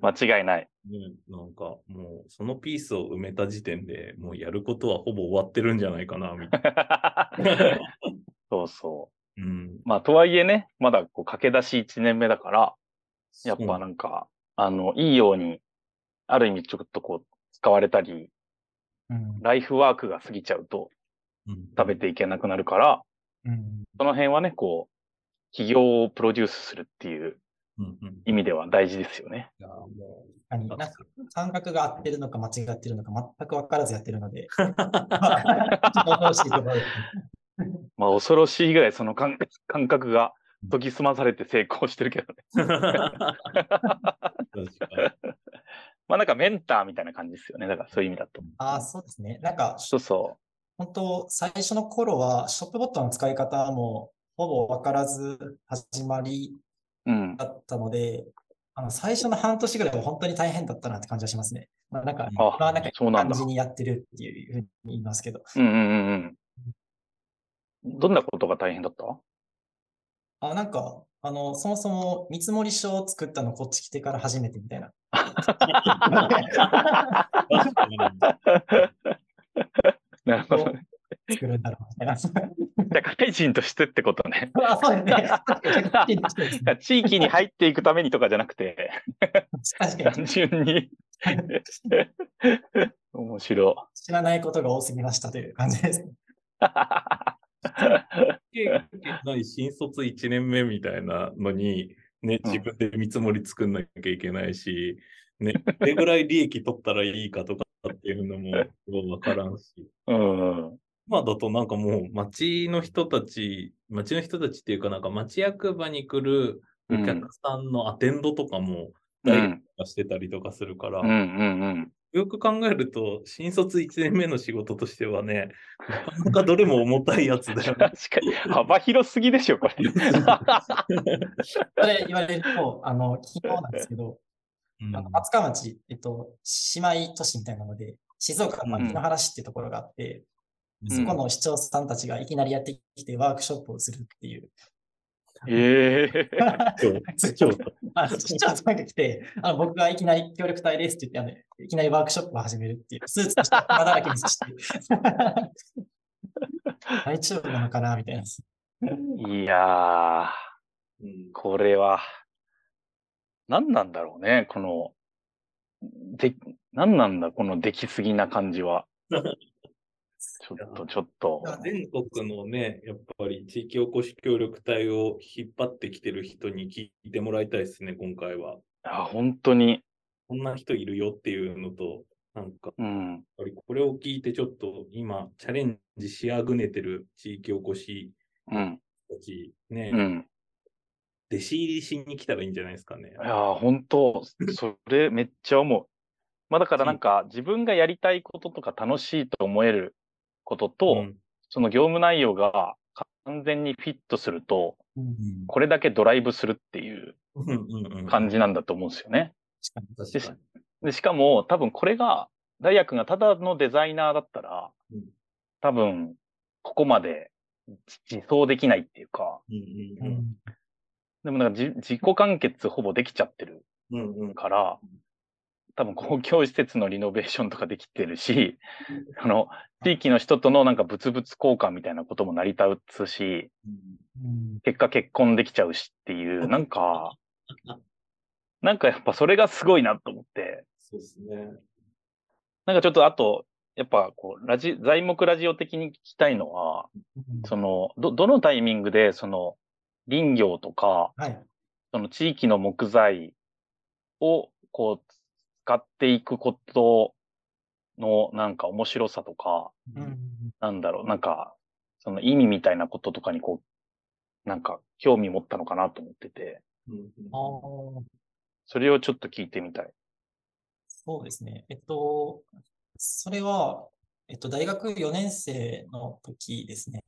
Speaker 2: 間違いない。
Speaker 1: ね、なんかもうそのピースを埋めた時点でもうやることはほぼ終わってるんじゃないかなみたい
Speaker 2: そうそ
Speaker 1: な。うん、
Speaker 2: う。まあ、とはいえね、まだこう駆け出し1年目だから、やっぱなんか、あの、いいように、ある意味ちょっとこう、使われたり、
Speaker 3: うん
Speaker 2: ライフワークが過ぎちゃうと
Speaker 1: うん
Speaker 2: 食べていけなくなるから、
Speaker 3: うん
Speaker 2: その辺はね、こう、企業をプロデュースするっていう
Speaker 1: うんうん、い
Speaker 2: 意味では大事ですよね。
Speaker 1: やもう
Speaker 3: あのなんか感覚が合ってるのか間違ってるのか全く分からずやってるの で、楽しいところです
Speaker 2: まあ恐ろしいぐらいその感 感覚が研ぎ澄まされて成功してるけどね。
Speaker 1: 確か
Speaker 2: まあなんかメンターみたいな感じですよね。だからそういう意味だと。
Speaker 3: ああ、そうですね。なんか、
Speaker 2: そうそ
Speaker 3: 本当、最初の頃は、ショップボットの使い方もほぼ分からず始まり
Speaker 2: う。うん。
Speaker 3: だったので、あの最初の半年ぐらいは本当に大変だったなって感じがしますね。まあ、なんか、
Speaker 2: あ、
Speaker 3: まあ、なんか、
Speaker 2: そうなん
Speaker 3: 感
Speaker 2: だ。
Speaker 3: じにやってるっていうふうに言いますけど。
Speaker 2: うんうんうんうん。どんなことが大変だった
Speaker 3: あ、なんか、あの、そもそも見積書を作ったのこっち来てから初めてみたいな。
Speaker 1: に確かに。
Speaker 2: なるほどね。
Speaker 3: 作るんだろうみたいな。
Speaker 2: 社会人としてってことね。
Speaker 3: あそうですね。確かに確かに
Speaker 2: 地域に入っていくためにとかじゃなくて、
Speaker 3: 確かに
Speaker 2: 単純に面白い。
Speaker 3: 知らないことが多すぎましたという感じです。
Speaker 1: 経験ない新卒1年目みたいなのに、ね、
Speaker 2: うん
Speaker 1: 自分で見積もり作んなきゃいけないし、ね、どれぐらい利益取ったらいいかとかっていうのもようわからんし。
Speaker 2: うん。
Speaker 1: 今だとなんかもう町の人たち、町の人たちっていうかなんか町役場に来るお客さんのアテンドとかも
Speaker 2: う
Speaker 1: 大
Speaker 2: ん。
Speaker 1: 学してたりとかするから、
Speaker 2: うんうんうん。
Speaker 1: よく考えると新卒1年目の仕事としてはね、なかなかどれも重たいやつだよ
Speaker 2: 確
Speaker 1: ね。
Speaker 2: か に、幅広すぎでしょ、これ。
Speaker 3: それ言われると、あの、昨日なんですけど、
Speaker 1: うん
Speaker 3: あの松川町、えっと、姉妹都市みたいなので、静岡の牧之原市ってところがあって、
Speaker 1: うん
Speaker 3: そこの市長さんたちがいきなりやってきてワークショップをするっていう。
Speaker 2: ええ
Speaker 1: 市長 さん
Speaker 3: あの市長さんが来て、あの僕がいきなり協力隊ですって言ってあの、いきなりワークショップを始めるっていう、スーツ着て体だらけにして、大丈夫なのかなみたいな。
Speaker 2: いやー、
Speaker 1: うん
Speaker 2: これは、何なんだろうね、この、で、何なんだ、この出来すぎな感じは。ちょっと、ちょっと。
Speaker 1: 全国のね、やっぱり地域おこし協力隊を引っ張ってきてる人に聞いてもらいたいですね、今回は。
Speaker 2: あ本当に。
Speaker 1: こんな人いるよっていうのと、なんか、
Speaker 2: うん。
Speaker 1: やっぱりこれを聞いてちょっと今チャレンジしあぐねてる地域おこし
Speaker 2: うん。
Speaker 1: たち、ね、
Speaker 2: うん。
Speaker 1: 弟子入りしに来たらいいんじゃないですかね。
Speaker 2: いやー、本当、それめっちゃ思う。まあだからなんか、自分がやりたいこととか楽しいと思えることと、
Speaker 1: うん
Speaker 2: その業務内容が完全にフィットすると、
Speaker 3: うん
Speaker 1: うん
Speaker 2: これだけドライブするっていう
Speaker 1: うんうんうん、
Speaker 2: 感じなんだと思うんですよね。
Speaker 1: 確かに
Speaker 2: でしかも、多分これが大学がただのデザイナーだったら、
Speaker 1: うん
Speaker 2: 多分、ここまで自走できないっていうか、
Speaker 1: うん
Speaker 3: うん
Speaker 2: でもなんかじ自己完結ほぼできちゃってる
Speaker 1: うんうんうん
Speaker 2: から、多分公共施設のリノベーションとかできてるし、あの、地域の人とのなんか物々交換みたいなことも成り立つし、
Speaker 3: うん
Speaker 2: 結果結婚できちゃうしっていう、なんか、なんかやっぱそれがすごいなと思って、
Speaker 1: そうですね。
Speaker 2: なんかちょっとあと、やっぱこう、ラジ、材木ラジオ的に聞きたいのは、その、ど、どのタイミングで、その、林業とか、
Speaker 3: はい。
Speaker 2: その地域の木材を、こう、使っていくことの、なんか面白さとか、
Speaker 3: うん
Speaker 2: なんだろう、なんか、その意味みたいなこととかに、こう、なんか、興味持ったのかなと思ってて、
Speaker 1: うん
Speaker 3: あー
Speaker 2: それをちょっと聞いてみたい。
Speaker 3: そうですね。えっと、それは、えっと、大学4年生の時ですね。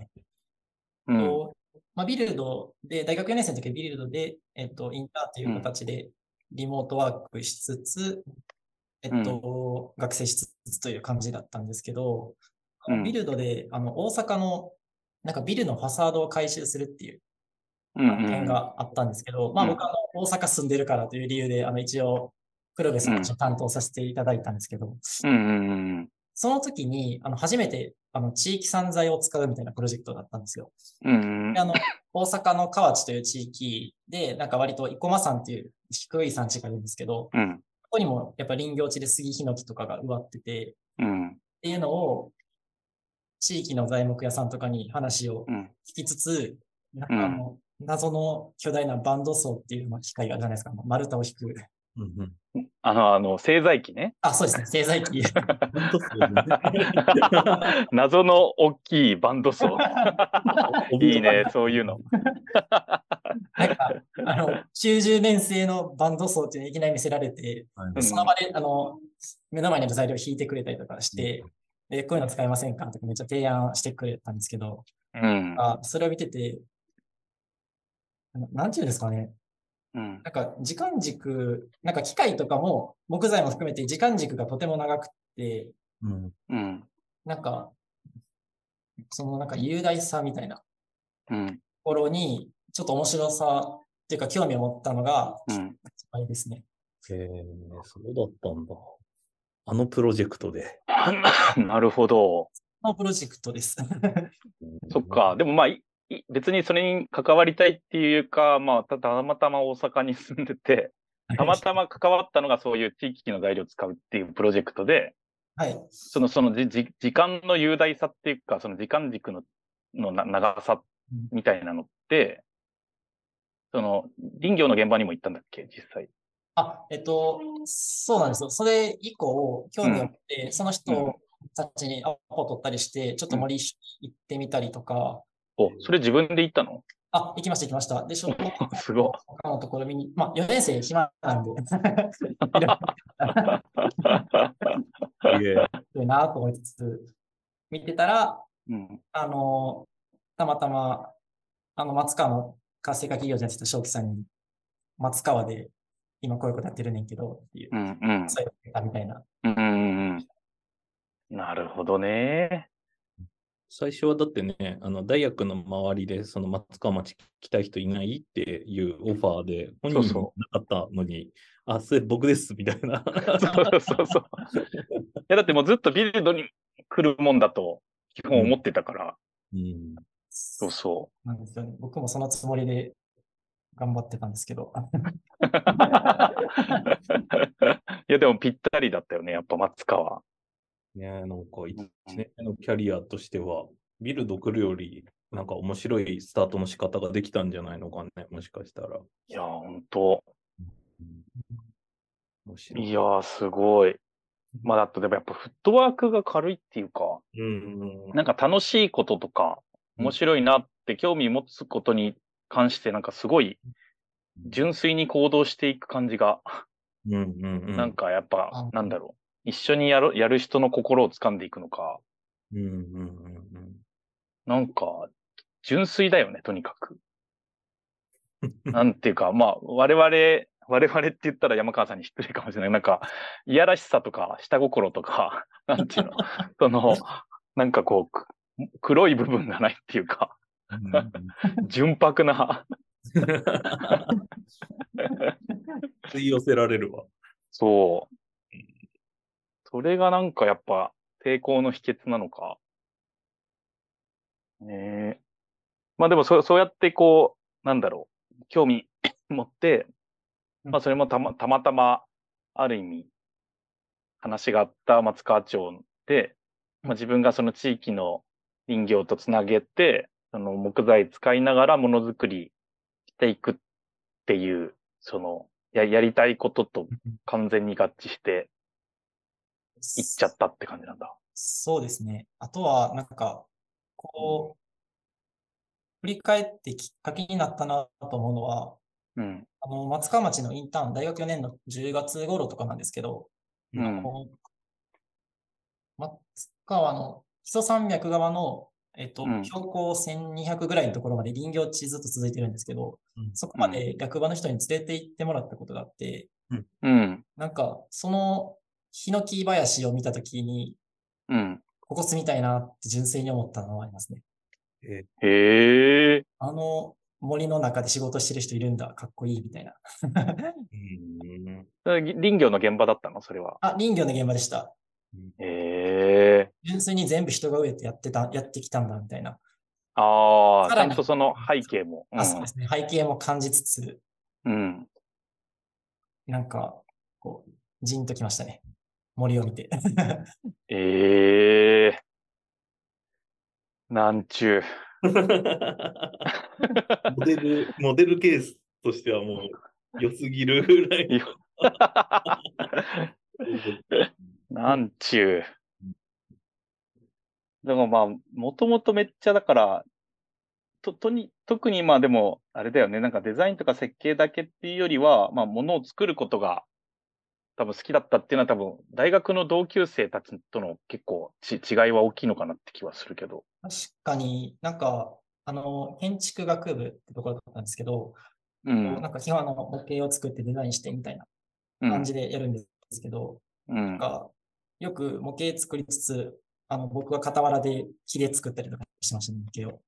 Speaker 2: うん。
Speaker 3: こうまあ、ビルドで、大学4年生の時はビルドで、えっと、インターンという形でリモートワークしつつ、えっと、学生しつつという感じだったんですけど、あの
Speaker 2: うん
Speaker 3: ビルドで、あの、大阪の、なんかビルのファサードを回収するっていう
Speaker 2: うん、う
Speaker 3: 点
Speaker 2: ん。
Speaker 3: があったんですけど、まあ
Speaker 2: うん
Speaker 3: 僕はあの大阪住んでるからという理由で、あの一応黒部さんを担当させていただいたんですけど、
Speaker 2: うん、うん、うん
Speaker 3: その時にあの初めてあの地域散財を使うみたいなプロジェクトだったんですよ。
Speaker 2: うん。うん
Speaker 3: であの大阪の河内という地域で、なんか割と生駒山っていう低い山地があるんですけど、
Speaker 2: うん。
Speaker 3: ここにもやっぱ林業地で杉ヒノキとかが植わってて、
Speaker 2: うん。
Speaker 3: っていうのを地域の材木屋さんとかに話を
Speaker 2: うん。
Speaker 3: 聞きつつ、なんかあの、謎の巨大なバンドソーっていうまあ機械があるじゃないですか。あの丸太を引く。
Speaker 1: うんうん
Speaker 2: あの、あの、製材機 ね。
Speaker 3: あ、そうですね。製材機。
Speaker 1: 本当っす よね
Speaker 2: 謎の大きいバンド ソー。いいね、そういうの。
Speaker 3: なんか、あの、90面製のバンドソーっていうのをいきなり見せられて、
Speaker 1: はい
Speaker 2: うん
Speaker 3: その場で、あの、目の前にある材料を引いてくれたりとかして、で、こういうの使いませんかとかめっちゃ提案してくれたんですけど、
Speaker 2: うん。
Speaker 3: あそれを見てて、ななんていうんですかね。
Speaker 2: うん。
Speaker 3: なんか時間軸、なんか機械とかも木材も含めて時間軸がとても長くて、
Speaker 1: うん
Speaker 2: うん。
Speaker 3: なんか、そのなんか雄大さみたいなと
Speaker 2: うん。
Speaker 3: ころに、ちょっと面白さっていうか興味を持ったのが、
Speaker 2: うん。
Speaker 3: あれですね。
Speaker 1: へえ、そうだったんだ。あのプロジェクトで。
Speaker 2: なるほど。
Speaker 3: のプロジェクトです。
Speaker 2: そっか。。でもまあ、いい別にそれに関わりたいっていうか、まあ、たたまたま大阪に住んでて、たまたま関わったのがそういう地域の材料を使うっていうプロジェクトで、
Speaker 3: はい。
Speaker 2: その、そのじじ時間の雄大さっていうか、その時間軸ののな長さみたいなのって、その、林業の現場にも行ったんだっけ、実際。
Speaker 3: あ、えっと、そうなんですよ。それ以降、興味を持って、その人たちにアポを取ったりして、ちょっと森一緒に行ってみたりとか、
Speaker 2: お、それ自分で行ったの
Speaker 3: あ、行きました、行きました。で、小学校
Speaker 2: すごい。
Speaker 3: のところ見に、まあ、4年生暇なんで、
Speaker 1: いえ
Speaker 3: いいなと思いつつ、見てたら、
Speaker 2: うん。
Speaker 3: あの、たまたま、あの、松川の活性化企業じゃなくて、正気さんに、松川で、今こういうことやってるねんけど、っていう
Speaker 2: う、ん。うん。
Speaker 3: そういうのがみたいな。
Speaker 2: うんうんうんなるほどね。
Speaker 1: 最初はだってね、あの大学の周りで、その松川町来たい人いないっていうオファーで、本人
Speaker 2: そうそ
Speaker 1: なかったのに、あ、それ僕ですみたいな。
Speaker 2: そうそうそう。いや、だってもうずっとビルドに来るもんだと、基本思ってたから、
Speaker 1: うん、
Speaker 2: そ
Speaker 3: そ
Speaker 2: うそ
Speaker 3: なんですよね。僕もそのつもりで頑張ってたんですけど。
Speaker 2: う。 いや、でもぴったりだったよね、やっぱ松川。
Speaker 1: ねえなんか1
Speaker 2: うん
Speaker 1: 年目のキャリアとしては、ビルド来るより、なんか面白いスタートの仕方ができたんじゃないのかね、もしかしたら。
Speaker 2: いや、ほんと。
Speaker 1: 面白
Speaker 2: い
Speaker 1: い。
Speaker 2: やー、すごい。まあ、だとでもやっぱフットワークが軽いっていうか、
Speaker 1: うん
Speaker 2: なんか楽しいこととか、
Speaker 1: うん
Speaker 2: 面白いなって興味持つことに関して、なんかすごい純粋に行動していく感じが、
Speaker 1: うんうんうん。
Speaker 2: なんかやっ
Speaker 3: あ
Speaker 2: ぱ、なんだろう。一緒にやる、やる人の心を掴んでいくのか、
Speaker 1: うんうんうん
Speaker 2: なんか、純粋だよね、とにかく。なんていうか、まあ、我々、我々って言ったら山川さんに失礼かもしれない。なんか、いやらしさとか、下心とか、 なんていうの、その、なんかこう、黒い部分がないっていうか、純白な。
Speaker 1: 吸い寄せられるわ。
Speaker 2: そう。それがなんかやっぱ、成功の秘訣なのか。ねえ。まあでもそ、そうやってこう、なんだろう、興味持って、まあそれもたまたまたま、ある意味、話があった松川町で、まあ自分がその地域の林業とつなげて、その木材使いながらものづくりしていくっていう、その、や、やりたいことと完全に合致して、いっちゃったって感じなんだ。
Speaker 3: そうですね。あとは、なんか、こう、振り返ってきっかけになったなと思うのは、
Speaker 2: うん、
Speaker 3: あの、松川町のインターン、大学4年の10月頃とかなんですけど、
Speaker 2: うん、
Speaker 3: 松川の基礎山脈側のえっと、うん、標高1200ぐらいのところまで林業地ずっと続いてるんですけど、うん、そこまで役場の人に連れて行ってもらったことがあって、
Speaker 2: うん、
Speaker 3: なんか、そのヒノキ林を見たときに、
Speaker 2: うん、
Speaker 3: ここ住みたいなって純粋に思ったのはありますね。
Speaker 2: へえ。
Speaker 3: あの森の中で仕事してる人いるんだ、かっこいいみたいな。
Speaker 2: 林業の現場だったのそれは。
Speaker 3: あ、林業の現場でした。
Speaker 2: へえ。
Speaker 3: 純粋に全部人が植えてやってた、やってきたんだみたいな。
Speaker 2: ああ、ちゃんとその背景も、
Speaker 3: うん、あ。そうですね。背景も感じつつ、
Speaker 2: うん。
Speaker 3: なんか、こう、じんときましたね。森を見て。
Speaker 2: ええー。なんちゅう。
Speaker 1: モデル、モデルケースとしてはもう、良すぎるぐらい。
Speaker 2: なんちゅう。でもまあ、もともとめっちゃだから、と、とに、特にまあでも、あれだよね、なんかデザインとか設計だけっていうよりは、まあものを作ることが多分好きだったっていうのは多分、大学の同級生たちとの結構ち違いは大きいのかなって気はするけど。
Speaker 3: 確かになんか、あの、建築学部ってところだったんですけど、
Speaker 2: うん、
Speaker 3: なんか基本あの、模型を作ってデザインしてみたいな感じでやるんですけど、うん
Speaker 2: なん
Speaker 3: か、よく模型作りつつ、あの、僕は傍らで木で作ったりとかしましたね、模型を。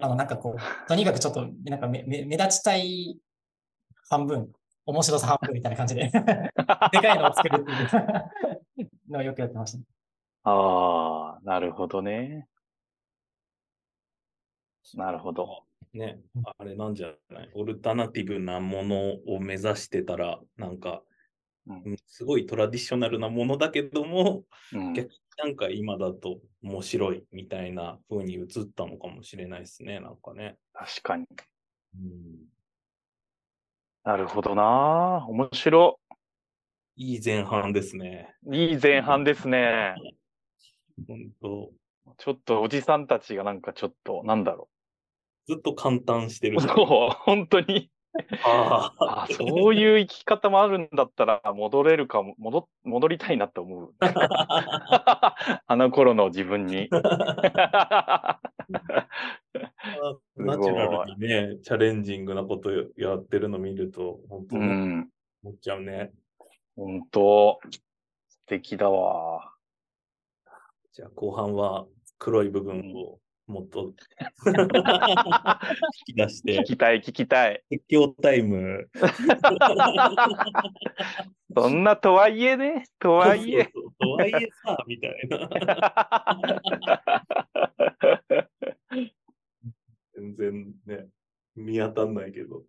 Speaker 3: あの、なんかこう、とにかくちょっと、なんか目目立ちたい半分、面白さ半分みたいな感じででかいのを作るっていうのをよくやってました、ね、
Speaker 2: ああ、なるほどね。なるほど。
Speaker 1: ね、あれなんじゃないオルタナティブなものを目指してたら、なんか、うん、すごいトラディショナルなものだけども、うん、逆になんか今だと面白いみたいな風に映ったのかもしれないですね、なんかね。
Speaker 2: 確かに。
Speaker 1: うん、
Speaker 2: なるほどな面白。
Speaker 1: いい前半ですね。
Speaker 2: いい前半ですね。
Speaker 1: 本当。
Speaker 2: ちょっとおじさんたちがなんかちょっと、なんだろ
Speaker 1: う。ずっと簡単してる。
Speaker 2: そう、 本当に。
Speaker 1: あ
Speaker 2: あ、そういう生き方もあるんだったら、戻れるかも、戻、戻りたいなと思う。あの頃の自分に。
Speaker 1: ナチュラルにね、チャレンジングなことやってるの見ると、本当に思っちゃうね。
Speaker 2: うん、本当、素敵だわ。
Speaker 1: じゃあ、後半は黒い部分をもっと聞き出して。
Speaker 2: 聞きたい、聞きたい。
Speaker 1: 説教タイム。
Speaker 2: そんなとはいえね、とは いえ。
Speaker 1: そうそうとはいえさ、みたいな。全然ね、見当たんないけど。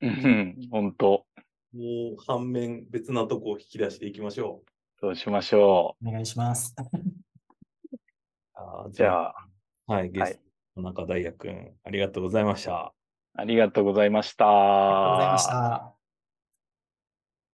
Speaker 2: うん、本当。
Speaker 1: もう反面、別なとこを引き出していきましょう。
Speaker 2: そうしましょ
Speaker 3: う。お願いします。
Speaker 1: あ
Speaker 2: じゃあ。
Speaker 1: はい、ゲストの中大也くん、ありがとうございました。
Speaker 2: ありがとうございました。
Speaker 3: ありがとうございました。